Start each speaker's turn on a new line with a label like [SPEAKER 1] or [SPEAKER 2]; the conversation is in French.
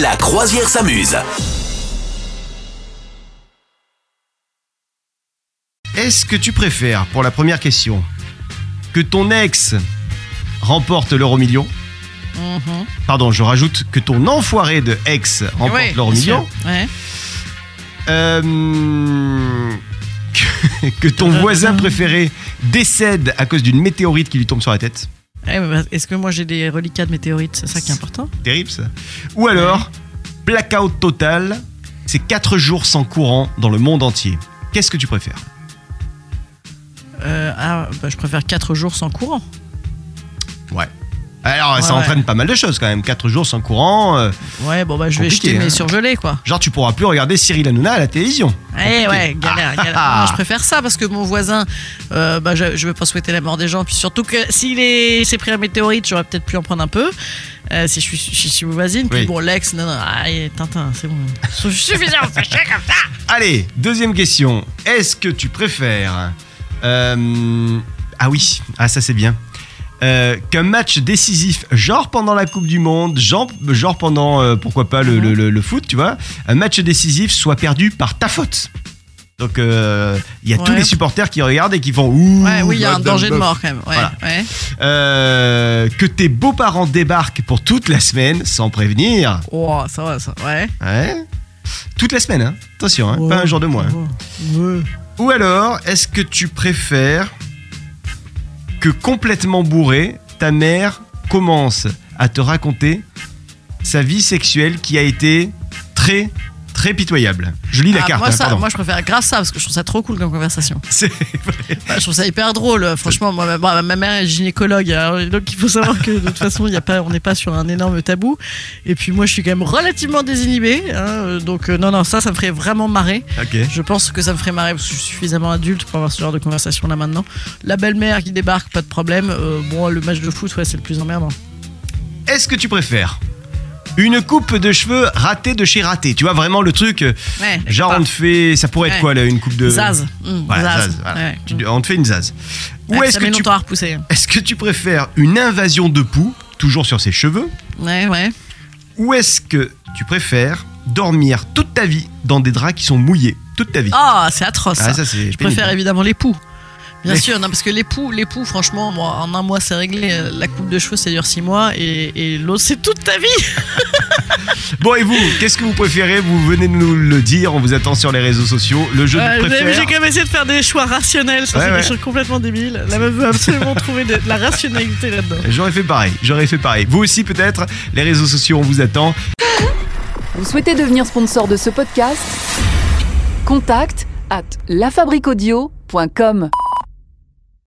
[SPEAKER 1] La croisière s'amuse.
[SPEAKER 2] Est-ce que tu préfères, pour la première question, que ton ex remporte l'euro million
[SPEAKER 3] Mhm.
[SPEAKER 2] Pardon, je rajoute que ton enfoiré de ex remporte
[SPEAKER 3] Ouais,
[SPEAKER 2] l'euro
[SPEAKER 3] bien
[SPEAKER 2] million.
[SPEAKER 3] sûr. Ouais.
[SPEAKER 2] Euh, que, que ton voisin préféré décède à cause d'une météorite qui lui tombe sur la tête.
[SPEAKER 3] Eh ben, Est-ce que moi j'ai des reliquats de météorites C'est ça qui est important
[SPEAKER 2] Terrible ça. Ou alors, blackout total, c'est 4 jours sans courant dans le monde entier. Qu'est-ce que tu préfères
[SPEAKER 3] Euh, ah, bah, Je préfère 4 jours sans courant.
[SPEAKER 2] Ouais. Alors, ça
[SPEAKER 3] Ouais,
[SPEAKER 2] entraîne pas mal de choses quand même. 4 jours sans courant. euh,
[SPEAKER 3] Ouais, bon, bah, je vais
[SPEAKER 2] Compliqué,
[SPEAKER 3] jeter
[SPEAKER 2] hein.
[SPEAKER 3] mes surgelés, quoi.
[SPEAKER 2] Genre, tu pourras plus regarder Cyril Hanouna à la télévision.
[SPEAKER 3] Eh
[SPEAKER 2] Compliqué.
[SPEAKER 3] ouais, galère,
[SPEAKER 2] Ah,
[SPEAKER 3] galère.
[SPEAKER 2] ah,
[SPEAKER 3] Non, je préfère ça parce que mon voisin, euh, bah, je, je veux pas souhaiter la mort des gens. Puis surtout que s'il est- s'est pris la météorite, j'aurais peut-être pu en prendre un peu. euh, si je suis, si je suis voisine. Puis
[SPEAKER 2] Oui.
[SPEAKER 3] bon, l'ex, non, non, aïe, Tintin, c'est bon. Je suis suffisamment fâché comme ça.
[SPEAKER 2] Allez, deuxième question. Est-ce que tu préfères. euh, ah oui, ah ça c'est bien. Euh, Qu'un match décisif, genre pendant la Coupe du Monde, genre, genre pendant, euh, pourquoi pas, le, le- le- le foot, tu vois, un match décisif soit perdu par ta faute. Donc, euh, il y a tous
[SPEAKER 3] Ouais.
[SPEAKER 2] les supporters qui regardent et qui font ouh.
[SPEAKER 3] Ouais, oui, il y a un
[SPEAKER 2] bof,
[SPEAKER 3] danger de
[SPEAKER 2] bof, bof.
[SPEAKER 3] mort quand même. Ouais,
[SPEAKER 2] Voilà.
[SPEAKER 3] ouais.
[SPEAKER 2] Euh, que tes beaux-parents débarquent pour toute la semaine sans prévenir.
[SPEAKER 3] Oh, ça va, ça. Ouais.
[SPEAKER 2] Ouais. Toute la semaine, hein. attention, hein,
[SPEAKER 3] Ouais.
[SPEAKER 2] pas un jour de moins. hein.
[SPEAKER 3] Ouais.
[SPEAKER 2] Ou alors, est-ce que tu préfères que complètement bourré, ta mère commence à te raconter sa vie sexuelle qui a été très, très pitoyable Je lis la
[SPEAKER 3] Ah,
[SPEAKER 2] carte,
[SPEAKER 3] moi,
[SPEAKER 2] hein,
[SPEAKER 3] ça-
[SPEAKER 2] pardon.
[SPEAKER 3] moi, je préfère grave ça parce que je trouve ça trop cool comme conversation.
[SPEAKER 2] C'est-
[SPEAKER 3] Bah, je trouve ça hyper drôle. Franchement, moi, ma, bah, ma mère est gynécologue, alors, donc il faut savoir que de toute façon, il y a pas, on n'est pas sur un énorme tabou. Et puis moi, je suis quand même relativement désinhibée. hein, euh, donc euh, non, non, ça, ça me ferait vraiment marrer.
[SPEAKER 2] Ok.
[SPEAKER 3] Je pense que ça me ferait marrer parce que je suis suffisamment adulte pour avoir ce genre de conversation là maintenant. La belle-mère qui débarque, pas de problème. Euh, bon, le match de foot, ouais, c'est le plus emmerdant.
[SPEAKER 2] Est-ce que tu préfères une coupe de cheveux ratée de chez raté Tu vois vraiment le truc, euh,
[SPEAKER 3] Ouais.
[SPEAKER 2] genre on te fait. Ça pourrait être
[SPEAKER 3] Ouais.
[SPEAKER 2] quoi là, une coupe de.
[SPEAKER 3] Zaz. Mmh,
[SPEAKER 2] Voilà,
[SPEAKER 3] zaz.
[SPEAKER 2] zaz, voilà.
[SPEAKER 3] Ouais.
[SPEAKER 2] Tu- On te fait une zaz.
[SPEAKER 3] Ouais,
[SPEAKER 2] Ou
[SPEAKER 3] ça
[SPEAKER 2] est-ce que,
[SPEAKER 3] met
[SPEAKER 2] tu...
[SPEAKER 3] longtemps à repousser.
[SPEAKER 2] est que tu préfères une invasion de poux, toujours sur ses cheveux
[SPEAKER 3] Ouais, ouais.
[SPEAKER 2] Ou est-ce que tu préfères dormir toute ta vie dans des draps qui sont mouillés toute ta vie
[SPEAKER 3] Ah, c'est atroce.
[SPEAKER 2] Ah,
[SPEAKER 3] ça.
[SPEAKER 2] ça, c'est
[SPEAKER 3] Je préfère
[SPEAKER 2] pénible.
[SPEAKER 3] évidemment les poux. Bien
[SPEAKER 2] Mais-
[SPEAKER 3] sûr, non, parce que les poux, les poux, franchement, moi, en un mois, c'est réglé. La coupe de cheveux, ça dure six mois. Et, et l'autre, c'est toute ta vie.
[SPEAKER 2] Bon et vous, qu'est-ce que vous préférez Vous venez de nous le dire, on vous attend sur les réseaux sociaux. Le jeu
[SPEAKER 3] Ouais,
[SPEAKER 2] du
[SPEAKER 3] vous avez vu,
[SPEAKER 2] préfère.
[SPEAKER 3] Euh, J'ai quand même essayé de faire des choix rationnels. Ça,
[SPEAKER 2] Ouais,
[SPEAKER 3] c'est
[SPEAKER 2] ouais.
[SPEAKER 3] des choses complètement débiles. La meuf veut absolument trouver de, de la rationalité là-dedans.
[SPEAKER 2] J'aurais fait pareil, j'aurais fait pareil. Vous aussi peut-être, les réseaux sociaux, on vous attend.
[SPEAKER 4] Vous souhaitez devenir sponsor de ce podcast Contact à lafabriquaudio.com.